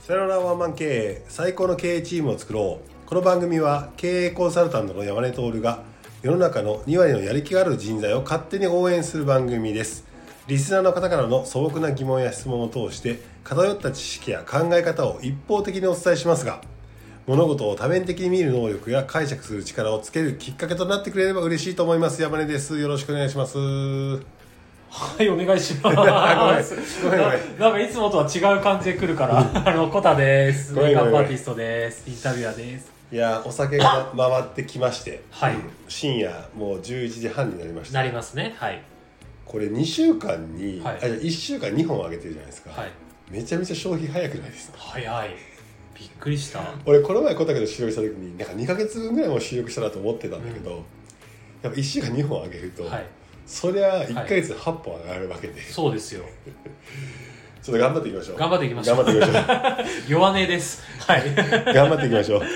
さよならワンマン経営最高の経営チームを作ろうこの番組は経営コンサルタントの山根徹が世の中の2割のやる気がある人材を勝手に応援する番組ですリスナーの方からの素朴な疑問や質問を通して偏った知識や考え方を一方的にお伝えしますが物事を多面的に見る能力や解釈する力をつけるきっかけとなってくれれば嬉しいと思います山根ですよろしくお願いしますはい、お願いしあます。 ごめんごめんごめんななんかいつもとは違う感じで来るから、あの、コタです。ウごめェんイクごアめんップアーティストです。インタビュアーです。いやお酒が回ってきまして、はいうん深夜もう11時半になりましたなりますね。はい。これ2週間に、はいあじゃあ1週間2本上げてるじゃないですか、はい。めちゃめちゃ消費早くないですか早い。びっくりした。俺この前コタクで収録した時になんか2ヶ月分ぐらいもう収録したなと思ってたんだけど、やっぱ1週間2本上げると、はい。そりゃ1ヶ月8本上がるわけで、そうですよ。ちょっと頑張っていきましょう頑張っていきましょう頑張っていきましょ弱音です。はい。は う頑張っていきましょうい。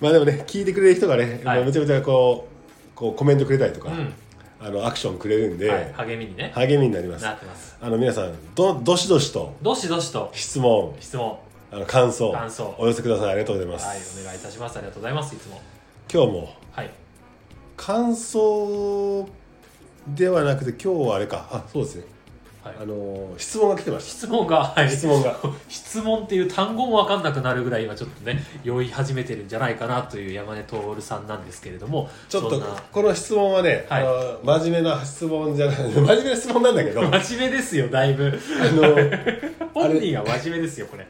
まあでもね聞いてくれる人がね、はいめちゃめちゃこうこうコメントくれたりとか、うあのアクションくれるんで、ん。はい。励みにね。励みになりますなってます。あの皆さんどどしどしとどしどしと質問質問。あの感想感想お寄せくださいありがとうございまはいす、、お願いいたします。ありがとうございます。いつも。今日もはい。感想ではなくて今日はあれかあそうですねはいあ。のー質問が来てまし質問が、はたい。質問が 質問っていう単語も分かんなくなるぐらい今ちょっとね酔い始めてるんじゃないかなという山根徹さんなんですけれどもちょっそとんなこの質問はね、はいあのー真面目な質問じゃない 真面目な質問なんだけ どあの真面目ですよだいぶー本人が真面目ですよこれ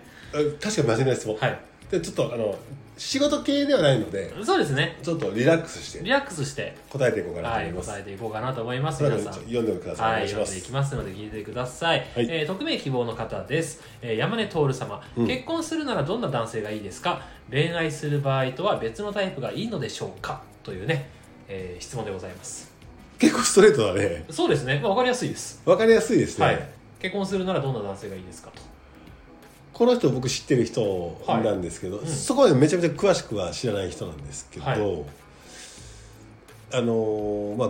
確かに真面目な質問、はいでちょっとあの仕事系ではないのでそうですねちょっとリラックスしてリラックスして答えていこうかなとは思いいます、答えていこうかなと思いますそれ皆ではさんちょっと読んでください、はい、お読願いんでいきしまますので聞いてください、はいえー匿名希望の方です、えー山根徹様、うん結婚するならどんな男性がいいですか恋愛する場合とは別のタイプがいいのでしょうかというね、えー質問でございますす結構ストレートだねそうですね、まあ、分かりやすいですわかりやすいですね、はい、結婚するならどんな男性がいいですかとこの人僕知ってる人なんですけど、はいうんそこまでめちゃめちゃ詳しくは知らない人なんですけど、はいあのーまあ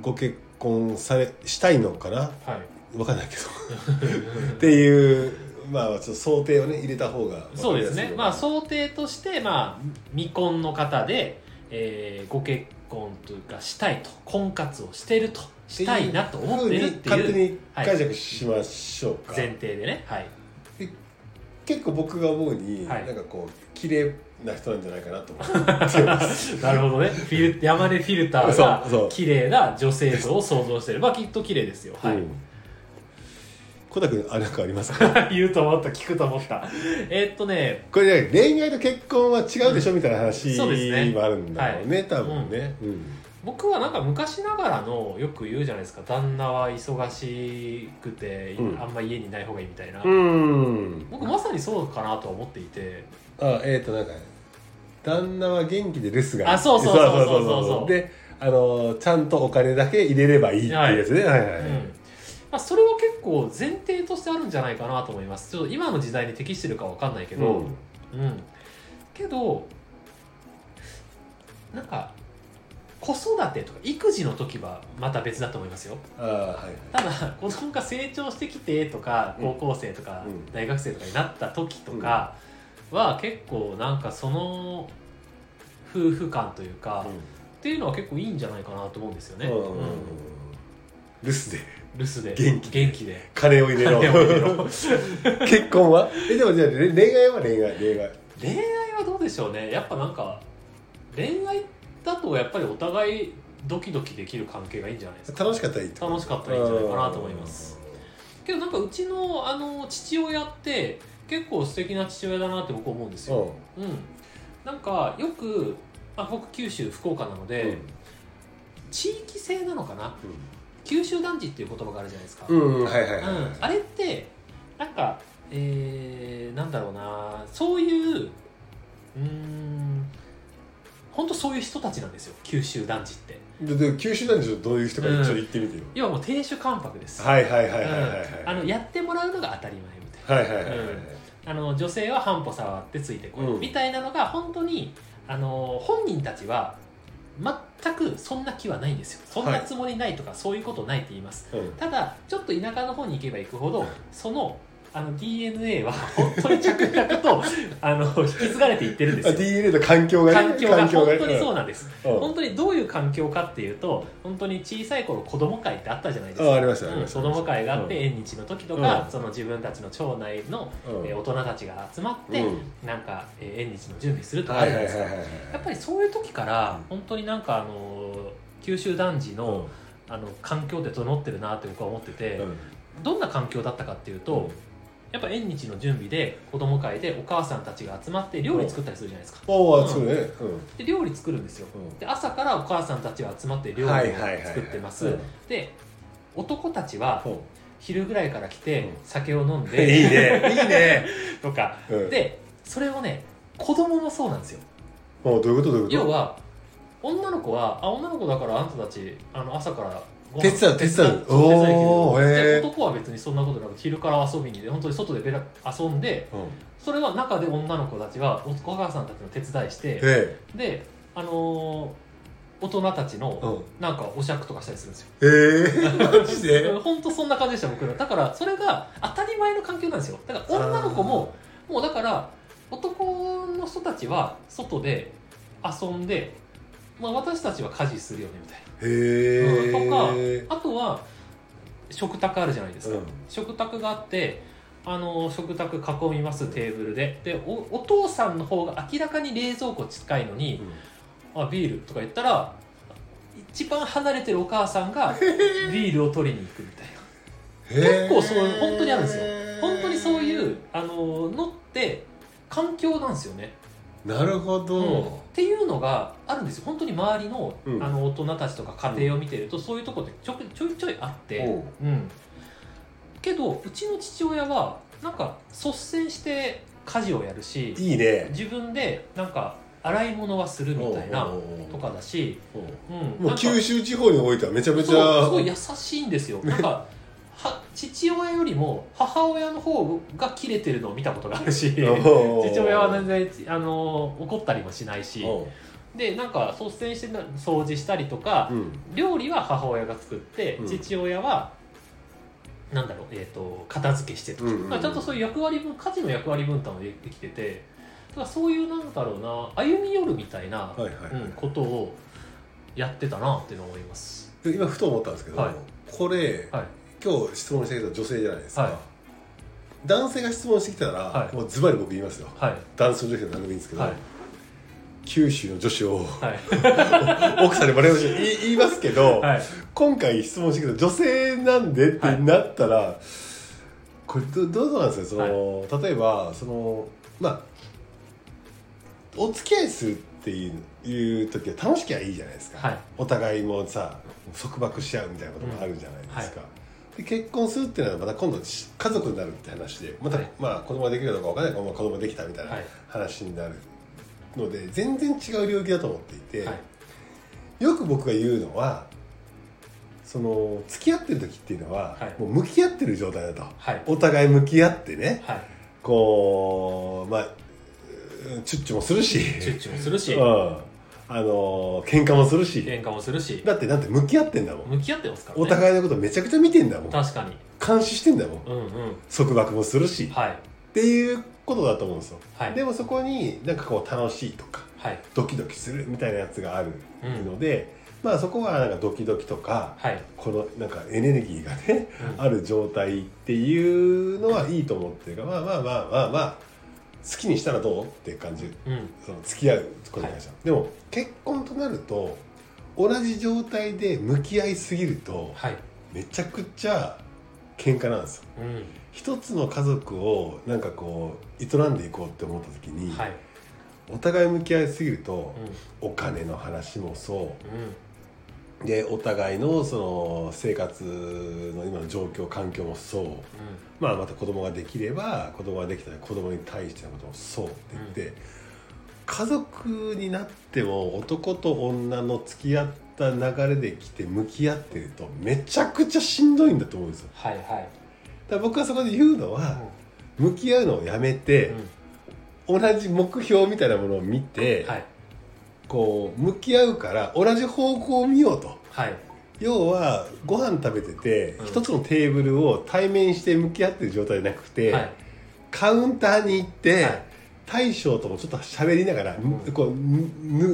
ご結婚されしたいのかなはいわかんないけ どっていうまあちょっと想定をね入れた方がわかりやいそうですねまあう想定として、まあ、未婚の方で、えーご結婚というかしたいと婚活をしてるとしたいなと思ってるって勝手いうに解釈しましょうか、前提でねはい 結構僕が思うに、はいなんかこう綺麗な人なんじゃないかなと思ってますなるほどねフィ ル山根フィルターそうそうが綺麗な女性像を想像してればきっと綺麗ですよ はい、うん小田君あなんかありますか 言うと思った聞くと思ったえーっとねこれね恋愛と結婚は違うでしょ、みたいな話そうですねもあるんだろうね、多分ね、うん僕はなんか昔ながらのよく言うじゃないですか旦那は忙しくて、うんあんま家にいない方がいいみたいな、うん僕まさにそうかなとは思っていてあえっ、となんか旦那は元気で留守があそうそうそうそうそうそうであのちゃんとお金だけ入れればいいっていうやつねはいはい、うんまあ、それは結構前提としてあるんじゃないかなと思いますちょっと今の時代に適してるかわかんないけうど、んうんけどなんか子育てとか育児の時はまた別だと思いますよあはいはいただ子供が成長してきてとかうん高校生とかうん大学生とかになった時とかは結構なんかその夫婦感というか、うんっていうのは結構いいんじゃないかなと思うんですよね、うんうんうんうん留守で留守で元気元気 で金を入れろ金を入れろ結婚はえでもじゃあれ恋愛は恋愛恋愛恋愛はどうでしょうねやっぱなんか恋愛だとやっぱりお互いドキドキできる関係がいいんじゃないですか楽しかったらいいってこと楽しかったらいいんじゃないかなと思いますけどなんかうちのあの父親って結構素敵な父親だなって僕思うんですうんよ、うんなんかよく、まあ、僕九州福岡なので、地域性なのかな九州男児っていう言葉があるじゃないですか、うん、うんうん、はいはいはい、うんあれってなんか、えー、なんだろうなそういううーん本当そういう人たちなんですよ九州男児ってでで九州男児どういう人かちょっと言ってみてよ、要はもう亭主関白です、はいはいはいはいはいうんあのやってもらうのが当たり前みたいはいはいはいはいはいなあの女性は半歩触ってついてこい、うんみたいなのが本当にあの本人たちは全くそんな気はないんですよそんなつもりないとか、そういうことないって言いますうんただちょっと田舎の方に行けば行くほどそのあの DNA は本当に着々と あの引き継がれていってるんですよ DNA と環境がね環境が本当にそううなんですん本当にどういう環境かっていうと本当に小さい頃子供会ってあったじゃないですああかりましたありうんました子供会があって縁日の時とかうんその自分たちの町内のうんえー大人たちが集まってなんかえー縁日の準備するとかあはるいじゃはないはいでいはいすかはいやっぱりそういう時から本当になんかあの九州男児うんのあの環境で整ってるなって僕は思っててうんどんな環境だったかっていうとやっぱ縁日の準備で子供会でお母さんたちが集まって料理作ったりするじゃないですかおおそうねうんで料理作るんですよで朝からお母さんたちは集まってうん料理をはいはいはいはい作ってまうんすで男たちはうん昼ぐらいから来てうん酒を飲んいいねでいいね とかうんでそれをね子供もそうなんですよもうどういうことどういうこと要は女の子はあ女の子だからあんたたちあの朝からご手飯伝う手伝うそう手伝いおーに来るへーで男は別にそんなことなく昼から遊びにで本当に外でベラ遊んでうんそれは中で女の子たちはおお母さんたちの手伝いしてえであのー大人たちえうのんなんかおしゃくとかしたりするんですよええマジ で本当そんな感じでした僕らだからそれが当たり前の環境なんですよだから女の子ももうだから男の人たちは外で遊んで、まあ、私たちは家事するよねみたいへえうんとかなあとは食卓あるじゃないですか、食卓があってあの食卓囲みますテーブルででおお父さんの方が明らかに冷蔵庫近いのに、あビールとか言ったら一番離れてるお母さんがビールを取りに行くみたいな結構そう本当にあるんですよ本当にそういうあののって環境なんですよね、なるほうんっどていうのがあるんですよ本当に周りの,、うんあの大人たちとか家庭を見てると、そういうとこでちょくちょいちょいあって、おううん、けどうちの父親はなんか率先して家事をやるしいいね自分でなんか洗い物はするみたいなおうおうおうとかだし、おううん、もなうんか九州地方においてはめちゃめちそうゃすごい優しいんですよなんかは父親よりも母親の方が切れてるのを見たことがあるし父親は全然あの怒ったりもしないしおうでなんか率先してな掃除したりとかうん料理は母親が作ってうん父親はなんだろう、えー、と片付けしてとか、うんうんうんまあちゃんとそういう役割分家事の役割分担をできててだからそういうなんだろうな歩み寄るみたいな、はいはいうん、ことをやってたなっていうのを思います。で今ふと思ったんですけど、はいこれはい今日質問してきた女性じゃないですか、はい男性が質問してきたら、はいもうズバリ僕言いますよはい男性の女性の番組ですけど、はい九州の女子をはい奥さんにバレました言い言いますけど、はい今回質問してきた女性なんでってはいなったら、これどどうなんですかその、例えばそのまあお付き合いするっていういう時は楽しきゃいいじゃないですか、はいお互いもさ束縛しちゃうみたいなこともあるじゃないですか、で結婚するっていうのはまた今度し家族になるって話でまた、はいまあ子供ができるかどうかわからないからまあ子供ができたみたいなはい話になるので、全然違う領域だと思っていて、はいよく僕が言うのはその付き合ってる時っていうのは、はいもう向き合ってる状態だとはいお互い向き合ってねはいこうまあうんチュッチュもするしチュッチュもするしうん、あの喧嘩もするし喧嘩もするしだってだって向き合ってんだもん、向き合ってますからねお互いのことめちゃくちゃ見てんだもん確かに監視してんだもんうんうん束縛もするし、はいっていうことだと思うんですよ、はいでもそこになんかこう楽しいとかはいドキドキするみたいなやつがあるうんので、まあそこはなんかドキドキとかはいこのなんかエネルギーがねうんある状態っていうのはいいと思ってるからまあまあまあまあまあ好きにしたらどうっていう感じうんその付き合うことに関しては、でも結婚となると同じ状態で向き合いすぎるとはいめちゃくちゃ喧嘩なんですようん一つの家族をなんかこう営んでいこうって思った時に、はいお互い向き合いすぎるとう、んお金の話もそうんうでお互いのその生活の今の状況環境もそうまあまた子供ができれば子供ができたら子供に対してのこともそうって言って、家族になっても男と女の付き合った流れで来て向き合ってるとめちゃくちゃしんどいんだと思うんですよはいはいだから僕はそこで言うのは、向き合うのをやめて、う同じ目標みたいなものを見て、んはいこう向き合うから同じ方向を見ようとはい要はご飯食べててうん一、つのテーブルを対面して向き合ってる状態じゃなくて、はいカウンターに行って、はい大将ともちょっと喋りながら、んこうぬ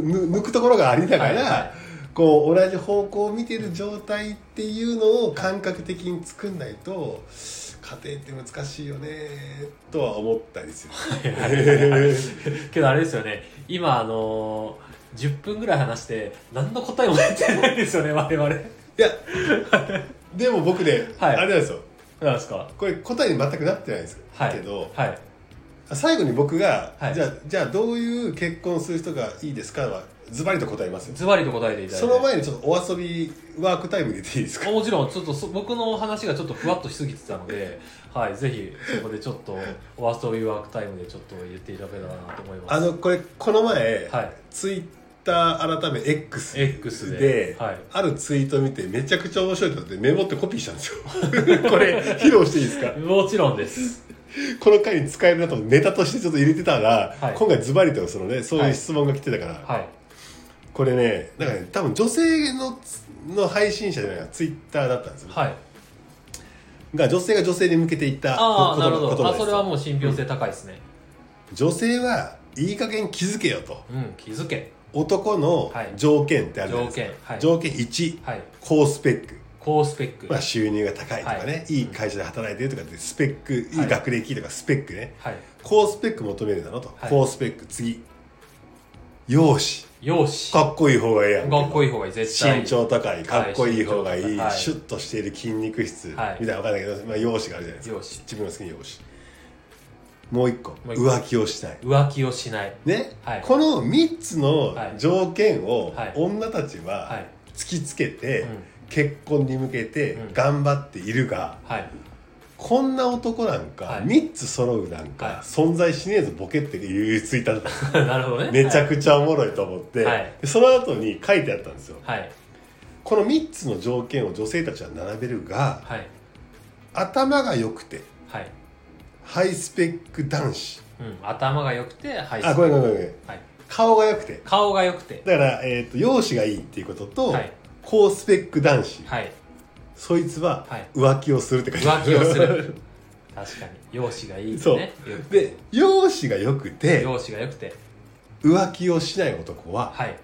ぬぬ抜くところがありながら、はいはいこう同じ方向を見てる状態っていうのを感覚的に作んないと家庭って難しいよねとは思ったりす る。けどあれですよね今あのー、10分ぐらい話して何の答えも出てないですよね我々いやでも僕ね、はいあれなんですよなんですかこれ答えに全くなってないんですよ、はいけどはい最後に僕が、はいじゃあじゃあどういう結婚する人がいいですかはズバリと答えますよズバリと答えていただいそての前にちょっとお遊びワークタイム入れていいですかもちろんちょっとそ僕の話がちょっとふわっとしすぎてたので、はい、ぜひそこでちょっとワーストビューワークタイムでちょっと言っていただけたらなと思いますあのこれこの前、はいツイッター改め X で X ではいあるツイート見てめちゃくちゃ面白いと思ってメモってコピーしたんですよ これ披露していいですかもちろんですこの回に使えるなと思ってネタとしてちょっと入れてたら、はい今回ズバリとそのねそういう質問が来てたから、はいこれねなんかね多分女性のの配信者じゃないかツイッターだったんですよ、はいが女性が女性に向けていったああ言な葉るほ言ど葉あですそれはもう信憑性高いですね女性はいい加減気づけよとうん、気づけ男のはい条件ってあるじゃない条ですか、件はい、条件1はい、高スペック、高スペック、まあ、収入が高いとかね、、はいい会社で働いてるとかってスペックいはいい学歴とかスペックねはい高スペック求めるだろと、はい高スペック次容姿容姿かっこいい方がええやんけかっこいい方がいい絶対身長高いかっこいい方がいい、はいシュッとしている筋肉質、はいみたいなわかんないけど、まあ、容姿があるじゃないですか容姿自分の好きな容姿もう一個もう一個浮気をしない浮気をしないね、はいこの3つのはい条件をはい女たちははい突きつけてうん結婚に向けてうん頑張っているがはい こんな男なんはかい3つ揃うなんはいか存在しねえぞボケっていうツイッターだったんですよなるほどね めちゃくちゃおもろいと思って、はいでその後に書いてあったんですよはいこの3つの条件を女性たちは並べるがはい頭が良くてはい、ハイスペック男子うん、頭が良くてハイスペあッごめんクごめんごめんはい、顔が良くて顔が良くてだから、えー、と容姿がいいっていうことと、はい高スペック男子はいそいつははい浮気をするって書いてあ浮気をする確かに容姿がいいですね良くて で容姿が良くて容姿が良くて浮気をしない男ははい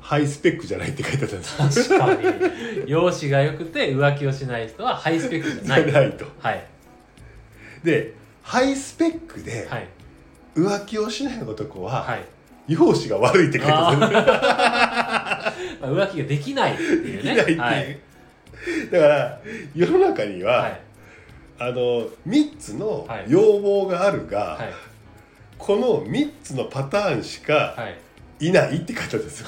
ハイスペックじゃないって書いてあったんです確か に容姿が良くて浮気をしない人はハイスペックじゃないじゃないとはいでハイスペックではい浮気をしない男は、はい容姿が悪いって書いてあったんですまあ浮気ができないっていう ねできないっていう、はいだから世の中には、はいあの3つのはい要望があるが、はいこの3つのパターンしかはいいないって書いてあったんですよ、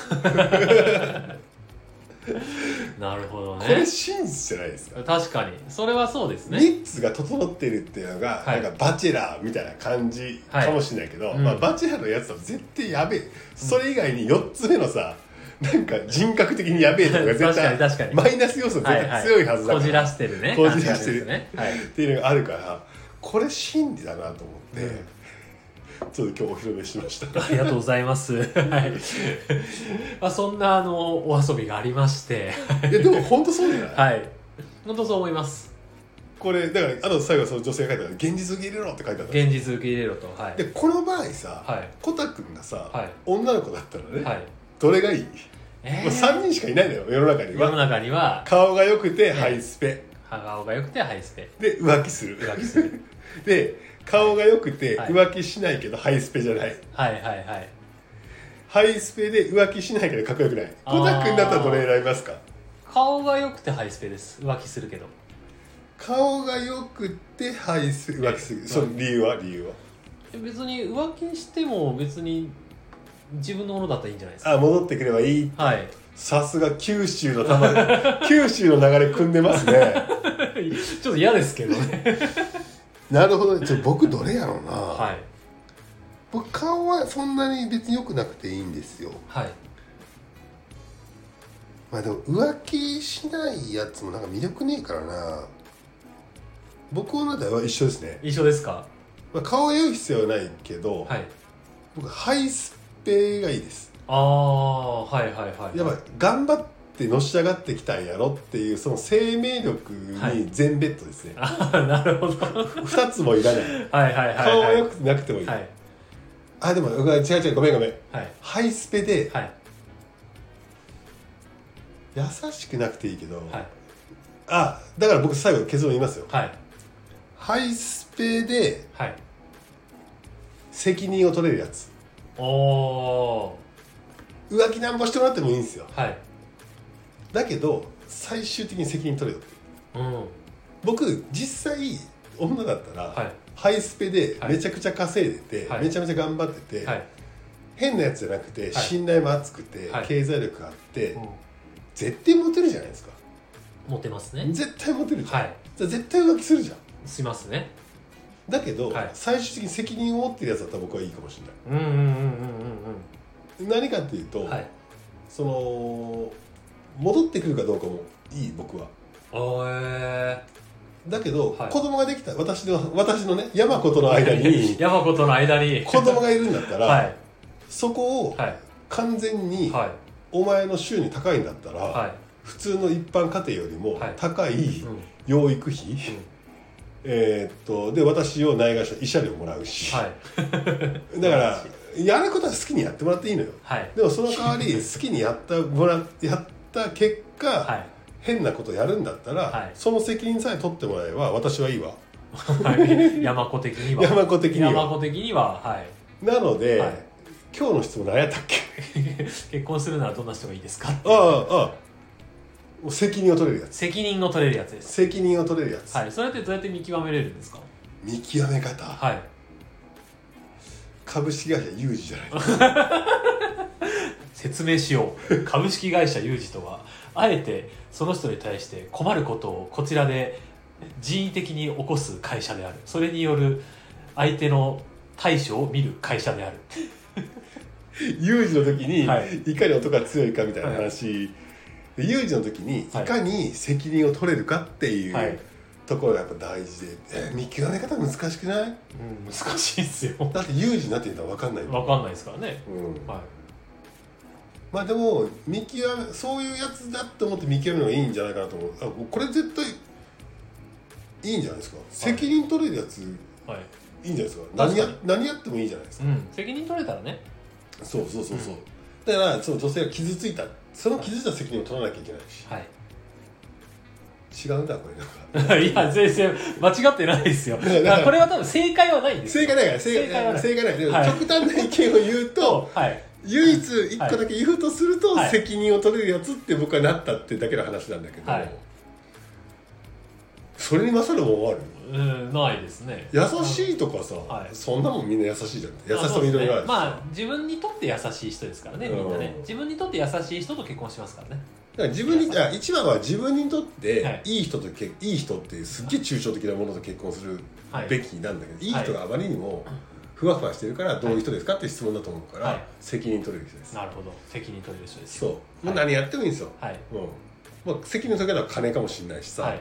なるほどこれね真実じゃないですか確かにそれはそうですね3つが整ってるっていうのが、はいなんかバチェラーみたいな感じかもしれないけど、いうんまあ、バチェラーのやつは絶対やべえそれ以外に4つ目のさなんか人格的にやべえとかが絶確かに確か対にマイナス要素絶対強いはずだこかじららしてるねこじらしてる感じですねはいっていうのがあるからこれ真理だなと思って、うんちょっと今日お披露目しました。 ありがとうございます。はい。まあ、そんな、あの、お遊びがありまして。いやでも本当そうじゃない、はい。本当そう思います。これだからあと最後その女性が書いてある「現実受け入れろ」って書いてあった現実受け入れろと。はい。でこの場合さ、はいコタくんがさ、はい女の子だったらね、はい。どれがいい、えもう3人しかいないのよ世の中にー、世はの中には、顔が良くてハイスペ顔が良くてハイスペ。で浮気する浮気する。 で顔が良くてはい浮気しないけどハイスペじゃないはいはいはい。ハイスペで浮気しないけどかっこよくないあーコタくんだったらどれ選びますか顔が良くてハイスペです。浮気するけど。顔が良くてハイスペ浮気するその理由は理由は別に浮気しても別に自分のものだったらいいんじゃないですか。あ戻ってくればいい はい。さすが九州の 玉九州の流れ組んでますねちょっと嫌ですけどね。なるほどねちょ僕どれやろうな、はい。僕顔はそんなに別に良くなくていいんですよはい。まあでも浮気しないやつもなんか魅力ねえからな僕の中では一緒ですね、一緒ですかまあ、顔が良い必要はないけど、はい。僕ハイスペがいいですああ、はいはいはい。やっぱ頑張っってのし上がってきたんやろっていうその生命力に全ベッドですね、ああなるほどは二2つもいらないい はいはいはい顔は良はくなくてもいいい、はいあでもうわ違う違うごめんごめんはいハイスペではい優しくなくていいけど、はいあだから僕最後結論言いますよはいハイスペではい責任を取れるやつおお浮気なんぼしてもらってもいいんですよーはいだけど最終的に責任取れよってうん僕実際女だったら、はハイスペではいめちゃくちゃ稼いでて、はいめちゃめちゃ頑張ってて、いはい変なやつじゃなくて、い信頼も厚くて、はい経済力があって、うん絶対モテるじゃないですかモテますね絶対モテるじゃん、はいじゃあ絶対浮気するじゃんしますねだけど、はい最終的に責任を負ってるやつだったら僕はいいかもしれないうんうんうんうん何かっていうと、うんうんはいその戻ってくるかどうかもいい僕はおえだけど、はい子供ができた私の私のね山子との間 に山子との間に子供がいるんだったら、はいそこをはい完全に、はお前の収入高いんだったら、いは普通の一般家庭よりもはい高いいうん養育費、えーっとで私をないがしろに医者料もらうし、はいだからやることは好きにやってもらっていいのよはいでもその代わり好きにやったもらやった結果、はい変なことやるんだったら、はいその責任さえ取ってもらえば私はいいわ はい山子的には山子的に山は子的にははい なので、はい今日の質問何やったっけ結婚するならどんな人がいいですかああああもう責任を取れるやつ責任を取れるやつです責任を取れるやつ、はいそれってどうやって見極めれるんですか見極め方、はい株式会社有事じゃない説明しよう株式会社有事とはあえてその人に対して困ることをこちらで人為的に起こす会社であるそれによる相手の対処を見る会社である有事の時に、、はいかに音が強いかみたいな話、で有事の時にいはいかに責任を取れるかっていう、はいところがやっぱ大事で、え見極め方難しくないうん難しいですよだって有事になってみたら分かんないもん分かんないですからねうんはまあでも見極めそういうやつだと思って見極めるのがいいんじゃないかなと思うあこれ絶対いいんじゃないですか、責任取れるやついいはいいんじゃないですか確か何にや何やってもいいじゃないですかうん責任取れたらねそうそうそうそう、だからその女性が傷ついたその傷ついた責任を取らなきゃいけないしはい違うんだこれなんか いや全然間違ってないですよだだからからこれは多分正解はないんです正解だから正正解は解ない正解だから、はい極端な意見を言うととはい唯一一個だけ言うとすると、はい責任を取れるやつって僕はなったってだけの話なんだけど、はいそれに勝るもんはあるうんないですね優しいとかさ、はいそんなもんみんな優しいじゃん優しまさあそもうでいすろいねろあるしまあ自分にとって優しい人ですからねみんなねうん自分にとって優しい人と結婚しますからねだから自分にあ一番は自分にとっはていいい人とけ、い、い人っていうすっげえ抽象的なものと結婚するはいべきなんだけど、い、いはい人があまりにもふわふわしてるからどういう人ですかって質問だと思うから、はい責任取れる人です、なるほど責任取れる人ですそうよもう何やってもいいんですよ、はいうんまあ、責任取れ方は金かもしれないしさ、はい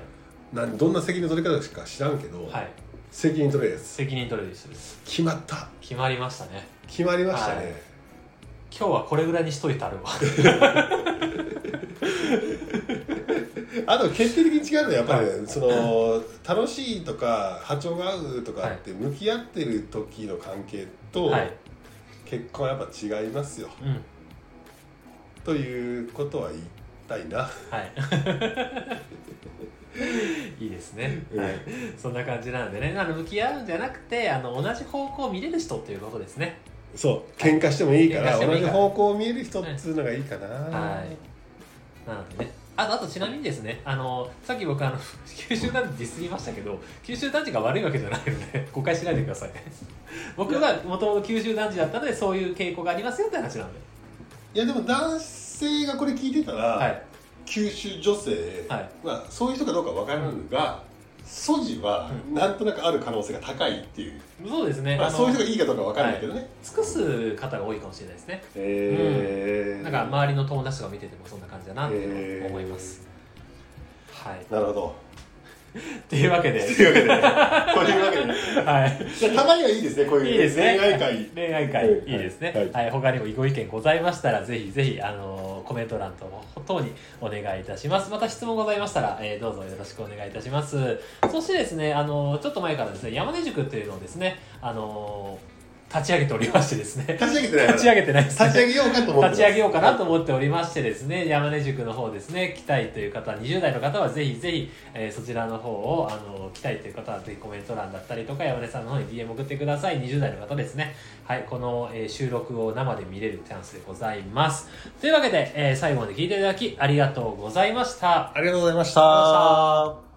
なんどんな責任取り方しか知らんけど、はい責任取れるやつ責任取れる人です決まった決まりましたね決まりましたね、はい今日はこれぐらいにしといたるわあと決定的に違うのはやっぱりね、その楽しいとか波長が合うとかって向き合ってる時の関係とはい結婚はやっぱ違いますようんということは言いたいな、はい いいですね、はいそんな感じなのでねあの向き合うんじゃなくてあの同じ方向を見れる人っていうことですねそう喧嘩してもいいから喧嘩しても同いいじから方向を見える人っつうのがいいかな、はい。なのでね。あと、あとちなみにですね、あの、さっき僕、あの、 九州男児ディスりましたけど、九州男児が悪いわけじゃないので、 誤解しないでくださいね。僕がもともと九州男児だったので、そういう傾向がありますよって話なので。い、やでも男性がこれ聞いてたら、はい。九州女性、はいまあ、そういう人かどうかわからないが素地はなんとなくある可能性が高いっていう、そうですね。まあ、のそういう人がいいかどうかわからないけどね、尽くす方が多いかもしれないですね。へーなんか、周りの友達とか見ててもそんな感じだなっていうのを思います。はい。なるほどっていうわけで と、いうわけでというわけではい。じゃあたまにはいいですねこういいいでうすね。恋愛会恋愛会、いいですね。ははいい、他にもご意見ございましたら、ぜひぜひ、あのーコメント欄等等にお願いいたします。また質問ございましたら、えーどうぞよろしくお願いいたします。そしてですね、あのちょっと前からですね、山根塾っていうのをですね、あの立ち上げておりましてですね、立ち上げてない立ち上げてないです、ね。立ち上げようかと思って 立ち上げようかなと思っておりましてですね、山根塾の方ですね、来たいという方、20代の方はぜひぜひ、えーそちらの方を、あの、来たいという方はぜひコメント欄だったりとか、山根さんの方に DM 送ってください。20代の方ですね。はい、この、えー収録を生で見れるチャンスでございます。というわけで、えー最後まで聞いていただきありがとうございました。ありがとうございましありがとうございた